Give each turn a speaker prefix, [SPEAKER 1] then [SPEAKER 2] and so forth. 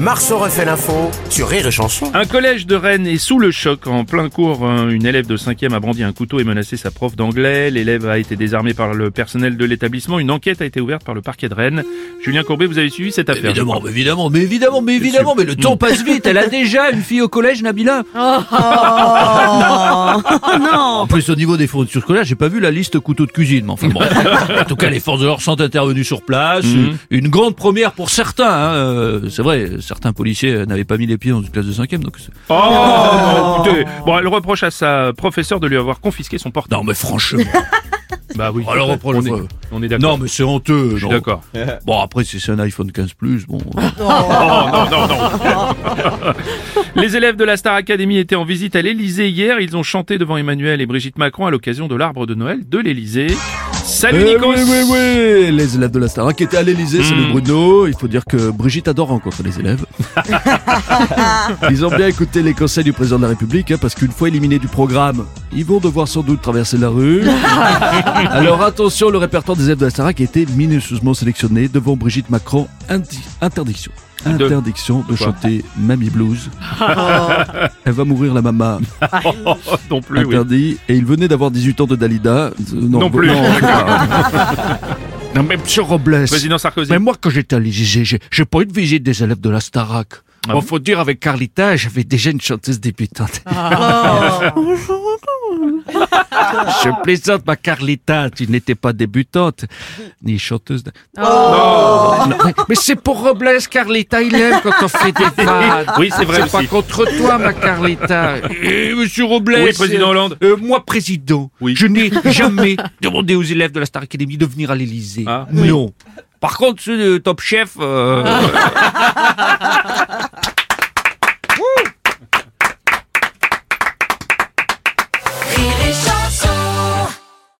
[SPEAKER 1] Marceau refait l'info sur Rire et Chanson.
[SPEAKER 2] Un collège de Rennes est sous le choc. En plein cours, un- une élève de 5e a brandi un couteau et menacé sa prof d'anglais. L'élève a été désarmé par le personnel de l'établissement. Une enquête a été ouverte par le parquet de Rennes. Julien Courbet, vous avez suivi cette affaire
[SPEAKER 3] Évidemment, mais évidemment, mais évidemment, mais évidemment, mais le temps
[SPEAKER 2] Mm.
[SPEAKER 3] passe vite. Elle a déjà une fille au collège, Nabila. En plus, au niveau des fournitures scolaires, j'ai pas vu la liste couteaux de cuisine. Mais enfin, bref. En tout cas, les forces de l'ordre sont intervenues sur place.
[SPEAKER 2] Mm.
[SPEAKER 3] Une une grande première pour certains. hein. Euh, C'est vrai, certains policiers euh, n'avaient pas mis les pieds dans une classe de cinquième. Donc... c'est-
[SPEAKER 2] Oh, non, écoutez. Bon, elle reproche à sa professeure de lui avoir confisqué son portable.
[SPEAKER 3] Non, mais franchement.
[SPEAKER 2] Bah oui.
[SPEAKER 3] Oh, le reproche,
[SPEAKER 2] on, est,
[SPEAKER 3] ouais.
[SPEAKER 2] on est d'accord.
[SPEAKER 3] non, mais c'est honteux.
[SPEAKER 2] Je suis
[SPEAKER 3] non.
[SPEAKER 2] d'accord.
[SPEAKER 3] Bon, après, si c'est un iPhone 15 Plus, bon. euh,
[SPEAKER 2] Les élèves de la Star Academy étaient en visite à l'Elysée hier. Ils ont chanté devant Emmanuel et Brigitte Macron à l'occasion de l'arbre de Noël de l'Elysée. Salut
[SPEAKER 3] Eh
[SPEAKER 2] Nikos Hmm.
[SPEAKER 3] oui, oui, oui, les élèves de la Star qui étaient à l'Elysée, c'est le Bruno. Il faut dire que Brigitte adore rencontrer les élèves. Ils ont bien écouté les conseils du président de la République, hein, parce qu'une fois éliminés du programme, ils vont devoir sans doute traverser la rue. Alors attention, le répertoire des élèves de la Star a été minutieusement sélectionné devant Brigitte Macron. Indi- interdiction.
[SPEAKER 2] De-
[SPEAKER 3] Interdiction de,
[SPEAKER 2] quoi
[SPEAKER 3] chanter Mamie Blues. Elle va mourir la mama.
[SPEAKER 2] Oh, non plus, oui.
[SPEAKER 3] Interdit. Et il venait d'avoir 18 ans de Dalida. Euh,
[SPEAKER 2] Non plus.
[SPEAKER 3] faut pas. non mais monsieur Robles.
[SPEAKER 2] Président Sarkozy.
[SPEAKER 3] Mais moi, quand j'étais à l'Élysée, j'ai, j'ai pas eu de visite des élèves de la Starac.
[SPEAKER 2] Ah
[SPEAKER 3] Bon,
[SPEAKER 2] bon
[SPEAKER 3] faut dire, avec Carlita, j'avais déjà une chanteuse débutante. Je plaisante, ma Carlita, tu n'étais pas débutante, ni chanteuse. de- Non, mais, mais c'est pour Robles, Carlita, il aime quand on fait des vannes.
[SPEAKER 2] Oui, c'est vrai
[SPEAKER 3] ah, C'est pas
[SPEAKER 2] aussi.
[SPEAKER 3] contre toi, ma Carlita. Eh, monsieur Robles.
[SPEAKER 2] Oui, président Hollande.
[SPEAKER 3] Euh, moi, président,
[SPEAKER 2] Oui.
[SPEAKER 3] je n'ai jamais demandé aux élèves de la Star Academy de venir à l'Élysée.
[SPEAKER 2] Ah.
[SPEAKER 3] Non. Par contre, ceux de Top Chef, euh,